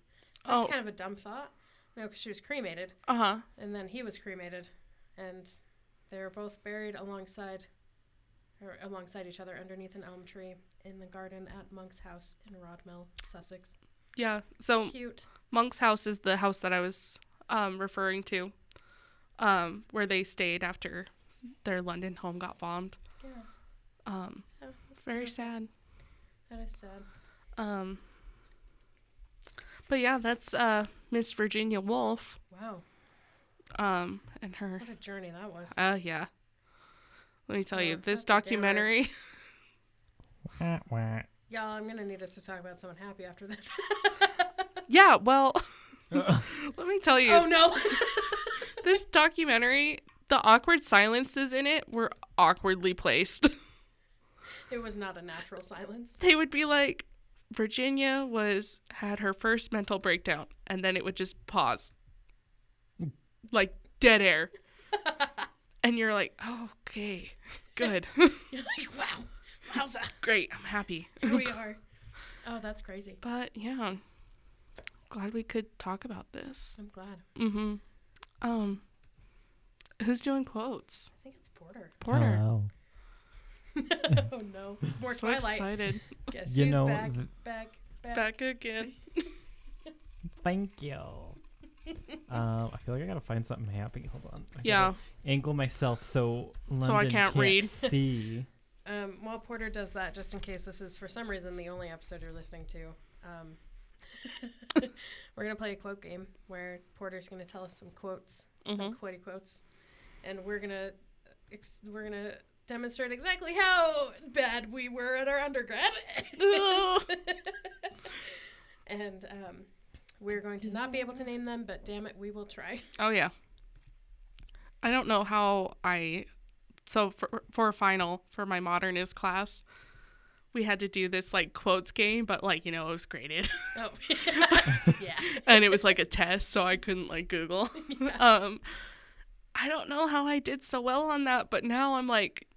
S1: That's
S2: Oh.
S1: kind of a dumb thought. No, because she was cremated,
S2: Uh huh.
S1: and then he was cremated, and they were both buried alongside, or alongside each other underneath an elm tree in the garden at Monk's house in Rodmell, Sussex.
S2: Yeah. So,
S1: Cute.
S2: Monk's house is the house that I was um, referring to, um, where they stayed after their London home got bombed.
S1: Yeah,
S2: Um,
S1: Oh,
S2: it's very sad.
S1: that is sad.
S2: Um, but yeah, that's uh, Miss Virginia Woolf
S1: Wow,
S2: um, and her.
S1: what a journey that was.
S2: Uh, yeah. Let me tell
S1: Yeah,
S2: you, this
S1: Oh, that's a damn right.
S2: documentary. [laughs]
S3: Wah, wah.
S1: Y'all, I'm gonna need us to talk about someone happy after this. [laughs]
S2: yeah, well, [laughs] let me tell you,
S1: oh no! [laughs]
S2: this documentary, the awkward silences in it were awkwardly placed. [laughs]
S1: it was not a natural silence. [laughs]
S2: they would be like, Virginia was had her first mental breakdown, and then it would just pause, like dead
S1: [laughs]
S2: air, and you're like, oh, okay,
S1: [laughs]
S2: good.
S1: You're like, wow, wowza,
S2: great i'm happy
S1: here we are. Oh, that's crazy.
S2: [laughs] but yeah glad we could talk about this
S1: I'm glad.
S2: mm-hmm um who's doing quotes
S1: I think it's Porter. [laughs]
S2: porter
S3: Hello.
S1: oh no, more
S2: so
S1: Twilight. [laughs]
S2: excited
S1: Guess
S3: You
S1: who's
S3: know,
S1: back,
S3: th-
S1: back, back,
S2: back again
S3: Thank
S2: [laughs]
S3: you. Um, I feel like I gotta find something happy. Hold on. I gotta
S2: yeah
S3: Angle myself so London
S2: I can't read. [laughs]
S3: see.
S1: Um, [laughs] while Porter does that, just in case this is for some reason the only episode you're listening to, um, We're gonna play a quote game where Porter's gonna tell us some quotes, some quotey quotes, and we're gonna ex- we're gonna demonstrate exactly how bad we were at our undergrad. [laughs] and um, we're going to not be able to name them, but damn it, we will try.
S2: Oh yeah. I don't know how I so for for a final for my modern is class, we had to do this like quotes game, but like, you know, it was graded. [laughs]
S1: Oh, [laughs] yeah.
S2: and it was like a test, so I couldn't
S1: [laughs]
S2: like Google. [laughs] Um I don't know how I did so well on that, but now I'm like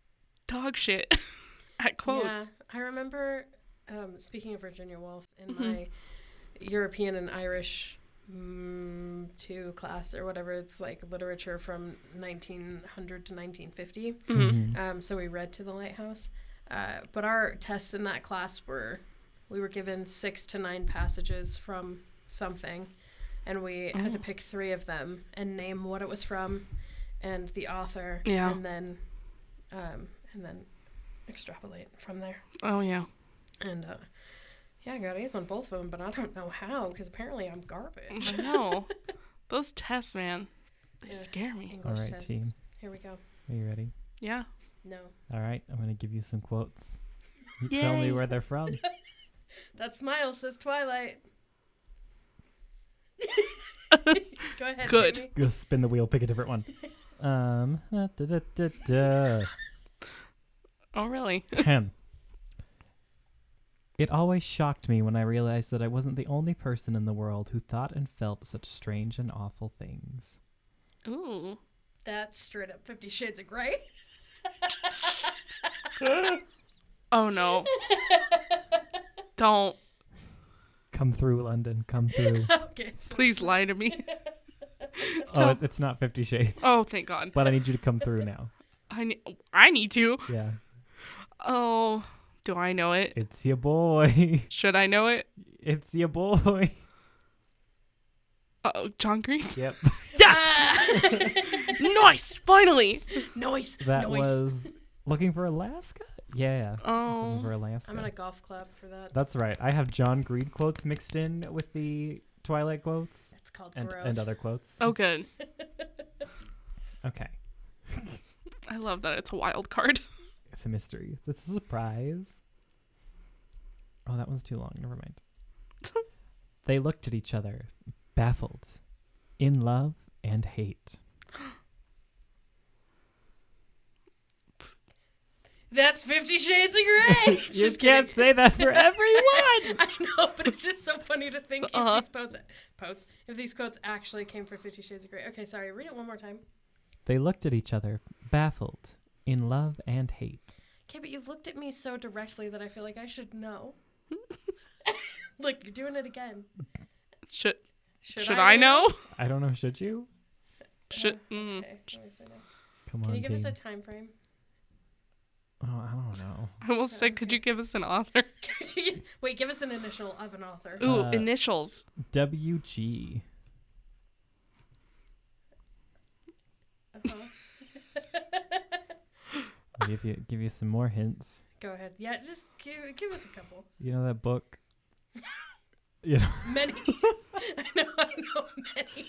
S2: dog shit [laughs] at quotes.
S1: Yeah, I remember. Um, speaking of Virginia Woolf, in my European and Irish mm, two class or whatever, it's like literature from 1900 to 1950. Um, so we read to the lighthouse, uh, but our tests in that class were we were given six to nine passages from something, and we had
S2: Oh.
S1: to pick three of them and name what it was from, and the author,
S2: Yeah.
S1: and then, um, and then extrapolate from there.
S2: Oh yeah.
S1: And uh, yeah, I got A's on both of them, but I don't know how because apparently I'm garbage.
S2: I know. Those tests, man. They
S1: Yeah.
S2: scare me.
S1: English
S3: right,
S1: tests.
S3: team.
S1: Here we go.
S3: Are you ready?
S2: Yeah.
S1: No,
S3: All right, I'm gonna give you some quotes. You tell me
S2: Yay.
S3: where they're from.
S1: that smile says Twilight. [laughs] go ahead.
S2: Good.
S1: hit me.
S3: Go spin the wheel, pick a different
S2: [laughs]
S3: one. Um, da, da, da, da.
S2: Oh really?
S3: Ahem. It always shocked me when I realized that I wasn't the only person in the world who thought and felt such strange and awful things.
S2: [laughs] Ooh.
S1: That's straight up Fifty Shades of [laughs] Grey.
S2: Oh no. Don't.
S3: Come through, London.
S1: [laughs]
S3: Come through.
S1: okay. So
S2: Please lie
S1: [laughs]
S2: to me.
S3: oh, it- it's not Fifty Shades,
S2: Oh, thank God.
S3: but I need you to come through now.
S2: I need, I need to.
S3: Yeah,
S2: Oh, do I know it?
S3: it's your boy. [laughs]
S2: Should I know it?
S3: It's your boy.
S2: Oh,
S1: [laughs]
S2: John Green.
S3: [laughs] Yep,
S2: nice. Finally.
S1: noise.
S3: that
S1: noise.
S3: was looking for Alaska. Yeah, it's looking for
S2: Oh.
S3: Alaska.
S1: I'm gonna golf club for that.
S3: That's right. I have John Green quotes mixed in with the Twilight quotes
S1: That's called
S3: and,
S1: growth.
S3: and other quotes.
S2: Oh, good.
S3: Okay.
S2: I love that it's a wild card. [laughs]
S3: It's a mystery. It's a surprise. Oh, that one's too long. Never mind.
S1: [laughs]
S3: they looked at each other, baffled, in love and hate.
S1: That's Fifty Shades of
S3: [laughs]
S1: Grey.
S3: you
S1: Just
S3: can't
S1: kidding.
S3: say that for everyone.
S1: [laughs] I know, but it's just so funny to think
S2: Uh-huh.
S1: if these quotes, quotes, if these quotes actually came from Fifty Shades of Grey. Okay, sorry. Read it one more time.
S3: they looked at each other, baffled, in love and hate.
S1: Okay, but you've looked at me so directly that I feel like I should know. [laughs] Look, you're doing it again.
S2: [laughs] Should should I, know?
S3: I don't know. Should you?
S2: Should mm,
S1: Okay, so I say no.
S3: Come
S1: Can
S3: on,
S1: you give us a
S3: team.
S1: time frame?
S3: oh, I don't know.
S2: I almost said, could you give us an author?
S1: [laughs] Wait, give us an initial of an author.
S2: [laughs] Ooh,
S3: Uh,
S2: initials.
S3: WG. I'll give you give you some more hints.
S1: Go ahead. Yeah, just give, give us a couple.
S3: You know that book.
S1: [laughs]
S3: you know [laughs]
S1: Many. [laughs] I know, I know many.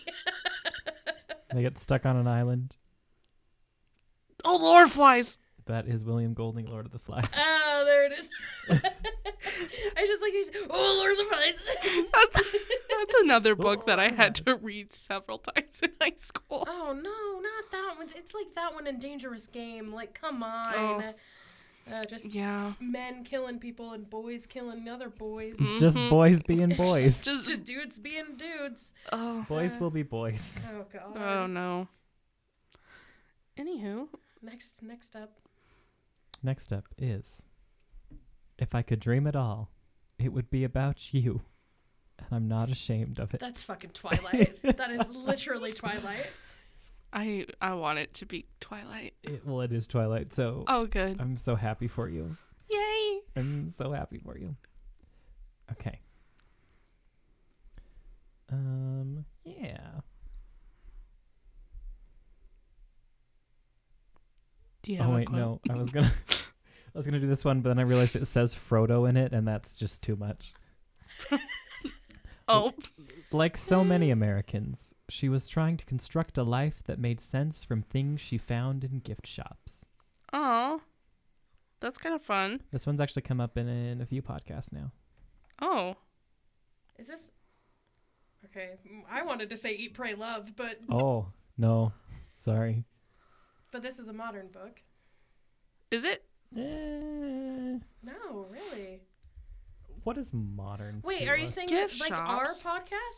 S1: [laughs]
S3: they get stuck on an island.
S2: Oh, Lord flies.
S3: That is William Golding, Lord of the Flies.
S1: Oh, there it is. [laughs] I just like you said, oh, Lord of the Flies. [laughs]
S2: [laughs] That's, that's another book that I had to read several [laughs] times in high school.
S1: oh, no, not that one. It's like that one in Dangerous Game. Like, come on.
S2: Oh.
S1: Uh, just
S2: Yeah.
S1: men killing people and boys killing other boys.
S2: Mm.
S3: It's just boys being boys.
S2: Just,
S1: Just dudes being dudes.
S2: oh,
S3: boys will be boys.
S1: Oh, God.
S2: oh no. Anywho,
S1: Next, next up.
S3: Next up is If I could dream at all, it would be about you. And I'm not ashamed of it.
S1: That's fucking Twilight. that
S3: [laughs]
S1: is literally Twilight.
S2: I I want it to be Twilight.
S3: It- well, it is Twilight, so
S2: Oh good.
S3: I'm so happy for you.
S2: Yay.
S3: I'm so happy for you. Okay. Um, yeah.
S2: Do you have
S3: Oh
S2: a
S3: wait,
S2: quote?
S3: no. I was gonna [laughs] I was gonna do this one, but then I realized it says Frodo in it and that's just too much.
S2: Oh,
S3: Like so many Americans, she was trying to construct a life that made sense from things she found in gift shops.
S2: oh, that's kind of fun.
S3: This one's actually come up in, in a few podcasts now.
S2: Oh,
S1: Is this okay? m- I wanted to say "Eat, Pray, Love," but
S3: Oh, no. Sorry.
S1: but this is a modern book.
S2: is it?
S3: Eh,
S1: No, really.
S3: what is modern?
S1: Wait,
S3: to
S1: are you
S3: us?
S1: saying
S2: Gift
S1: that, like our
S2: shops.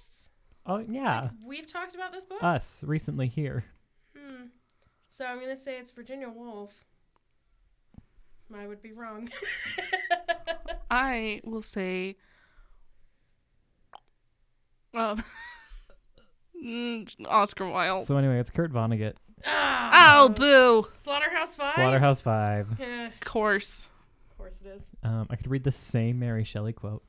S1: podcasts?
S3: Oh, yeah. Uh.
S1: Like, we've talked about this book.
S3: Us recently here.
S1: hmm. So I'm gonna say it's Virginia Woolf. I would be
S3: [laughs]
S1: wrong.
S2: I will say. Um. [laughs] mm, Oscar
S1: Oh.
S2: Wilde.
S3: So, anyway, it's Kurt Vonnegut,
S2: oh,
S1: Ah,
S2: boo!
S1: Slaughterhouse Five.
S3: Slaughterhouse Five.
S1: Yeah, of
S2: Of course.
S1: course it is.
S3: Um, I could read the same Mary Shelley quote.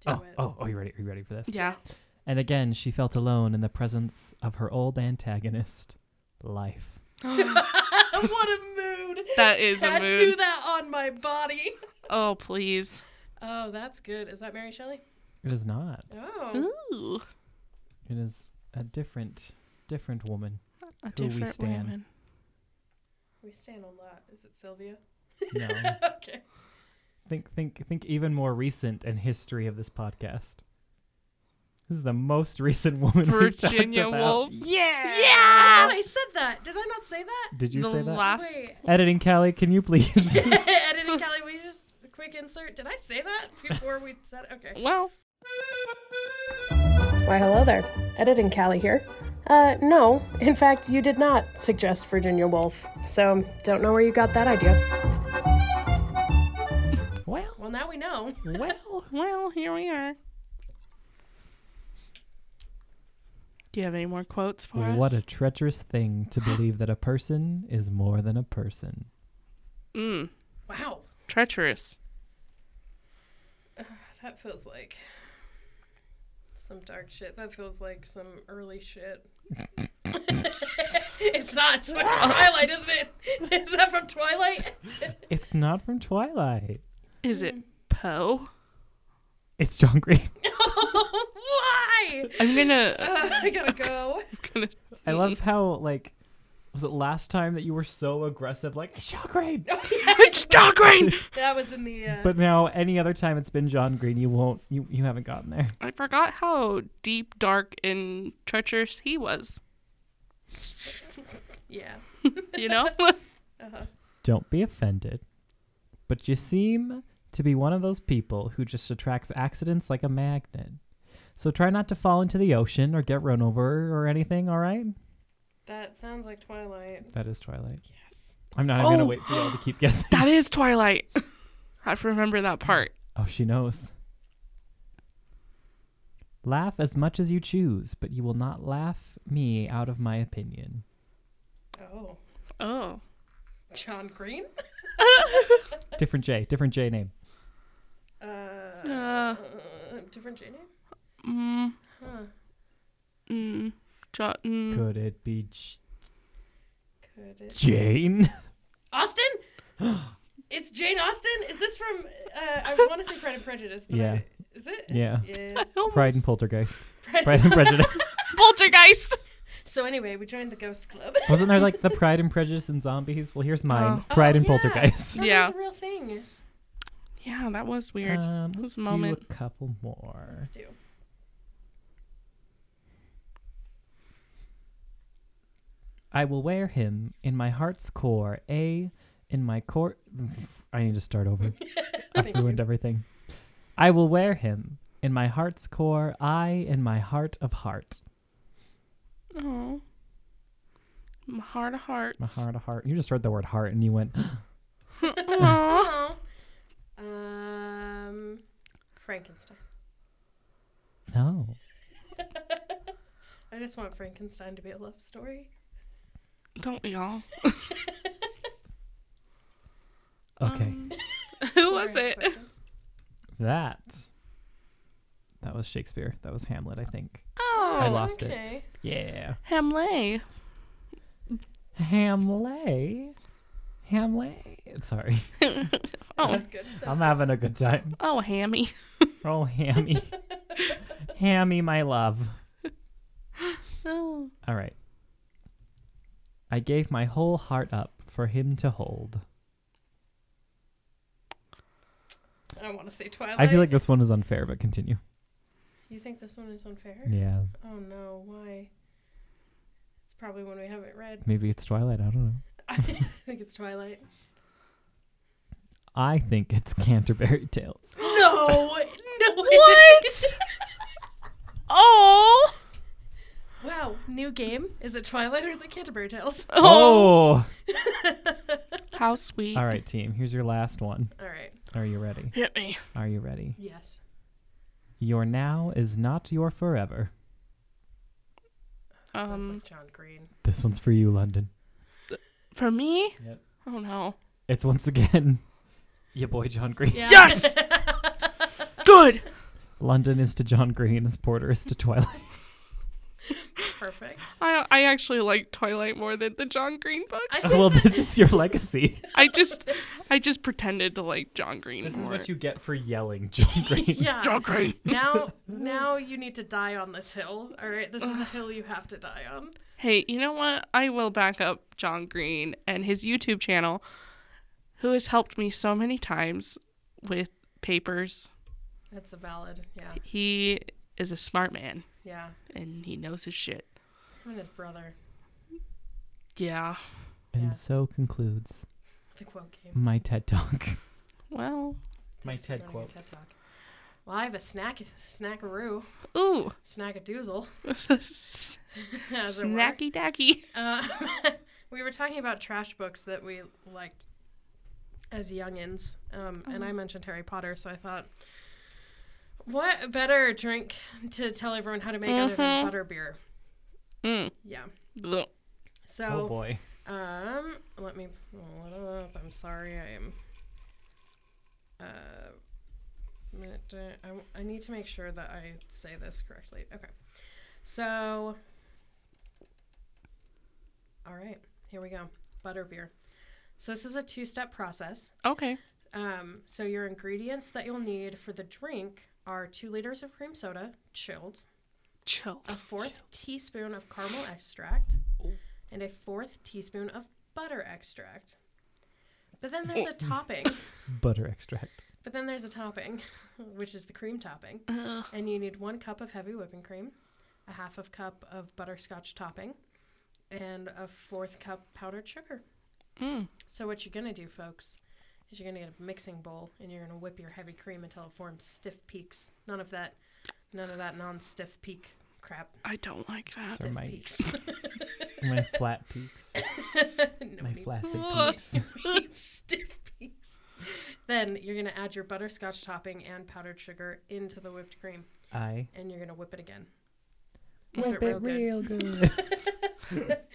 S1: Do
S3: oh,
S1: it.
S3: oh, oh, you ready? Are you ready for this?
S2: Yeah.
S1: Yes.
S3: And again, she felt alone in the presence of her old antagonist, life.
S1: [laughs] what a mood.
S2: That is a
S1: Tattoo
S2: mood.
S1: that on my body.
S2: Oh, please.
S1: Oh, that's good. Is that Mary Shelley?
S3: It is not.
S1: Oh.
S2: Ooh.
S3: It is a different, different woman.
S2: A
S3: Who we
S2: different
S3: stan.
S2: woman.
S1: We stand a lot. Is it Sylvia?
S3: No,
S1: [laughs] okay.
S3: think, think, think. Even more recent in history of this podcast. This is the most recent woman. we've [laughs] talked
S2: Virginia
S3: about.
S2: Woolf. Yeah.
S1: I thought I said that. Did I not say that?
S3: Did you
S2: the
S3: say that?
S2: last.
S1: [laughs] Wait.
S3: Editing, Callie, can you
S2: [laughs]
S3: please? [laughs]
S1: Editing Callie, we just a quick insert. Did I say that before we said okay?
S2: Well,
S1: Why hello there. Editing Callie here. Uh no. In fact you did not suggest Virginia Woolf. So don't know where you got that idea.
S3: well,
S1: Well now we know.
S3: well.
S2: well, here we are. Do you have any more quotes for us?
S3: What a treacherous thing to believe that a person is more than a person.
S2: mm,
S1: Wow.
S2: treacherous.
S1: That feels like some dark shit. That feels like some early shit. [laughs] it's not. It's from Twilight, isn't it? Is that from Twilight? [laughs]
S3: It's not from Twilight.
S2: Is
S1: Mm.
S2: it Poe?
S3: It's John Green.
S1: Why? [laughs]
S2: I'm gonna.
S1: Uh, I gotta go. [laughs]
S2: gonna [laughs]
S3: I love how like was it last time that you were so aggressive, like it's John Green.
S2: it's John
S3: [laughs]
S2: Green.
S1: That was in the. Uh,
S3: But now any other time it's been John Green, you won't you you haven't gotten there.
S2: I forgot how deep, dark, and treacherous he was.
S1: yeah.
S2: You [laughs] know.
S3: Don't be offended. But you seem to be one of those people who just attracts accidents like a magnet. So try not to fall into the ocean or get run over or anything, all right?
S1: That sounds like Twilight.
S3: That is Twilight.
S1: Yes.
S3: I'm not even gonna
S2: Oh.
S3: wait for y'all to keep [gasps] guessing.
S2: that is Twilight. [laughs] I have to remember that part.
S3: Oh, she knows. Laugh as much as you choose, but you will not laugh me out of my opinion.
S1: Oh.
S2: Oh.
S1: John Green?
S3: Different J, different J name.
S1: Uh,
S2: Uh.
S1: different Jane?
S2: Mm,
S1: Huh.
S2: mm, jo- mm.
S3: Could it be J-
S1: Could it?
S3: Jane?
S1: Austin?
S3: [gasps]
S1: it's Jane Austen? Is this from. Uh, I
S3: [laughs]
S1: want to say Pride and Prejudice, but.
S3: Yeah.
S1: I- is it?
S3: Yeah.
S1: Yeah.
S2: I almost-
S3: Pride and Poltergeist.
S1: Pride-
S3: Pride and Prejudice.
S2: Poltergeist.
S1: So anyway, we joined the Ghost Club.
S3: [laughs] Wasn't there like the Pride and Prejudice and Zombies? Well, here's mine.
S1: [laughs] Oh.
S3: Pride
S1: Oh,
S3: and
S1: yeah.
S3: Poltergeist.
S1: That
S2: Yeah.
S1: was a real thing.
S2: Yeah, that was weird.
S3: Um,
S2: It was
S3: let's
S2: a
S3: do a
S2: moment.
S3: couple more.
S1: Let's do.
S3: I will wear him in my heart's core, a in my core. I need to start over. I've
S1: Thank you. [laughs]
S3: ruined everything. I will wear him in my heart's core, I in my heart of heart.
S2: Oh. My heart of hearts.
S3: My heart of heart. You just heard the word heart and you went, [gasps]
S2: [laughs] Aw.
S1: Oh. Um, Frankenstein.
S3: no.
S1: I just want Frankenstein to be a love story.
S2: Don't we all?
S3: Okay.
S2: Um, [laughs] who
S1: Who
S2: was
S1: asked
S2: it?
S3: [laughs]
S1: questions?
S3: that. That was Shakespeare. That was Hamlet, I think.
S2: Oh.
S3: I lost it.
S1: okay.
S3: Yeah.
S2: Hamlet. [laughs]
S3: Hamlet. Hamlet. Sorry.
S1: That
S2: Oh.
S3: [laughs]
S1: was good. That was
S3: I'm having a good time.
S2: Oh, Hammy.
S3: Oh, Hammy. Hammy, my love.
S2: Oh.
S3: All right. I gave my whole heart up for him to hold.
S1: [laughs] I don't want to say Twilight.
S3: I feel like this one is unfair, but continue.
S1: You think this one is unfair?
S3: Yeah,
S1: Oh no, why? It's probably one we haven't read. [laughs]
S3: maybe it's Twilight. I don't know.
S1: I think it's [gasps] Twilight.
S3: I think it's Canterbury
S1: [laughs]
S3: Tales.
S1: No, no.
S2: What? Oh.
S1: [laughs] wow, new game. Is it Twilight or is it Canterbury Tales? [laughs]
S3: Oh!
S2: How sweet.
S3: All right, team. Here's your last one.
S1: All right.
S3: Are you ready?
S2: Hit me.
S3: Are you ready?
S1: Yes.
S3: Your now is not your forever.
S1: Feels
S2: Um,
S1: like John Green.
S3: This one's for you, London.
S2: for me.
S3: Yep.
S2: Oh [laughs] no.
S3: It's once again [laughs] your boy John Green.
S1: Yeah. [laughs]
S2: Yes. Good.
S3: London is to John Green as Porter is
S1: [laughs]
S3: to Twilight.
S1: Perfect.
S2: I I actually like Twilight more than the John Green books.
S1: I-
S3: well, this is your legacy.
S2: I [laughs] just I just pretended to like John Green
S3: This is
S2: more.
S3: what you get for yelling, John Green.
S1: [laughs] Yeah.
S3: [laughs]
S2: John Green.
S1: [laughs] Now, now you need to die on this hill. All right, this is a hill you have to die on.
S2: Hey, you know what? I will back up John Green and his YouTube channel, who has helped me so many times with papers.
S1: That's a valid. Yeah.
S2: He is a smart man
S1: Yeah.
S2: and he knows his shit.
S1: Him and his brother. Yeah.
S2: Yeah.
S3: And so concludes
S1: The quote game.
S3: my TED Talk.
S2: Well,
S3: My
S1: Thanks for
S3: TED
S1: joining
S3: quote.
S1: TED Talk. Well, I have a snack, snackaroo,
S2: ooh, [laughs]
S1: snackadoozle.
S2: snacky
S1: [laughs] As it were.
S2: dacky.
S1: Uh, [laughs] we were talking about trash books that we liked as youngins, um, and I mentioned Harry Potter, so I thought, what better drink to tell everyone how to make other than butterbeer?
S2: Mm.
S1: Yeah.
S2: Ugh.
S3: Oh
S1: So,
S3: boy.
S1: um, let me pull it up. I'm sorry, I am. Uh, minute to- I, I need to make sure that I say this correctly. Okay. So, all right, here we go. Butterbeer. So, this is a two step process.
S2: Okay.
S1: Um, so, your ingredients that you'll need for the drink are two liters of cream soda, chilled,
S2: Chill.
S1: a fourth teaspoon of caramel extract, and a fourth teaspoon of butter extract. But then there's a topping.
S3: Butter extract.
S1: But then there's a topping, which is the cream topping.
S2: Ugh.
S1: And you need one cup of heavy whipping cream, a half of cup of butterscotch topping, and a fourth cup powdered sugar.
S2: Mm.
S1: So what you're gonna do, folks, is you're gonna get a mixing bowl and you're gonna whip your heavy cream until it forms stiff peaks. None of that, none of that non-stiff peak crap.
S2: I don't like that.
S1: Stiff
S3: my-
S1: peaks. [laughs]
S3: My flat peaks.
S1: [laughs] No
S3: My
S1: need-
S3: flaccid
S2: Ugh.
S3: peaks.
S1: need [laughs] stiff peaks. Then you're gonna add your butterscotch topping and powdered sugar into the whipped cream,
S3: I
S1: and you're gonna whip it again.
S3: whip
S1: it real
S3: it
S1: good.
S3: real
S1: [laughs]
S3: good.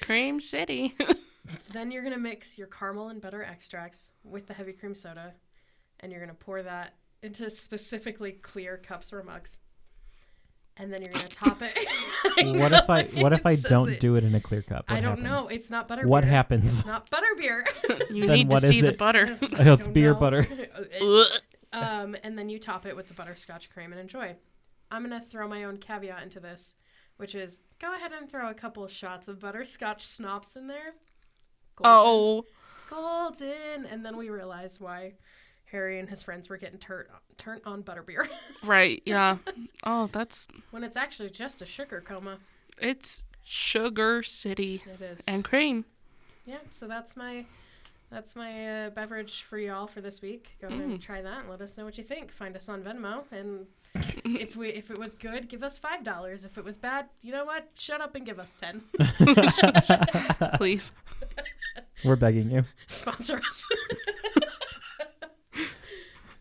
S2: Cream
S3: [laughs]
S2: City. [laughs]
S1: Then you're gonna mix your caramel and butter extracts with the heavy cream soda, and you're gonna pour that into specifically clear cups or mugs. And then you're gonna top it. [laughs] I
S3: what if I
S1: know,
S3: what if
S1: it
S3: I
S1: says
S3: don't
S1: it.
S3: do it in a clear cup?
S1: I
S3: What
S1: don't know.
S3: happens?
S1: It's not butter.
S3: What
S1: beer.
S3: happens?
S1: It's not butter [laughs] beer.
S2: You
S3: Then
S2: need to
S3: what is
S2: see the
S3: it?
S2: butter.
S1: I
S3: [laughs] Oh, it's
S1: don't
S3: beer
S1: know. [laughs]
S3: butter.
S2: Ugh.
S1: Um, and then you top it with the butterscotch cream and enjoy. I'm gonna throw my own caveat into this, which is go ahead and throw a couple shots of butterscotch schnapps in there. Golden,
S2: [laughs] Oh.
S1: golden, and then we realize why Harry and his friends were getting turned turned on butterbeer [laughs]
S2: Right, [laughs] yeah. Oh, that's
S1: when it's actually just a sugar coma.
S2: it's Sugar City
S1: It is.
S2: and
S3: [laughs]
S2: cream.
S1: yeah. So that's my that's my uh, beverage for y'all for this week. Go ahead and try that and let us know what you think. Find us on Venmo and if we if it was good, give us five dollars. If it was bad, you know what? Shut up and give us ten. [laughs]
S2: Please. [laughs]
S3: We're begging you.
S1: Sponsor us. [laughs]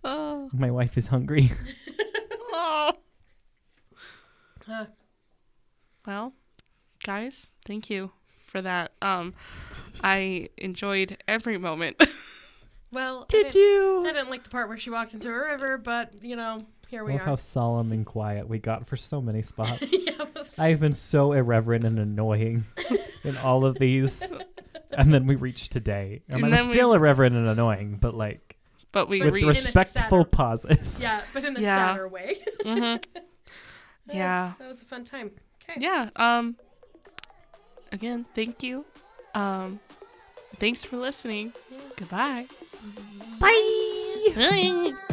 S2: Oh.
S3: My wife is hungry.
S2: oh.
S1: Uh,
S2: Well, guys, thank you for that. Um I enjoyed every moment. [laughs]
S1: well, I
S3: Did
S1: didn't-
S3: you?
S1: I didn't like the part where she walked into a river, but you know, here we
S3: Love how
S1: are.
S3: solemn and quiet we got for so many spots.
S1: [laughs] yeah, well, [laughs]
S3: I've been so irreverent and annoying in all
S2: [laughs]
S3: of these, and then we reach today, and,
S2: And
S3: I'm
S2: then we-
S3: still irreverent and annoying, but like
S2: But we
S1: But
S3: with
S2: reached
S1: res-
S3: respectful
S1: sadder-
S3: pauses.
S1: [laughs] yeah, but in a
S2: Yeah.
S1: sadder way.
S2: Mhm. Yeah.
S1: That was a fun time. Okay.
S2: [laughs] Yeah. Um again, thank you. Um thanks for listening. Goodbye. Bye. Bye.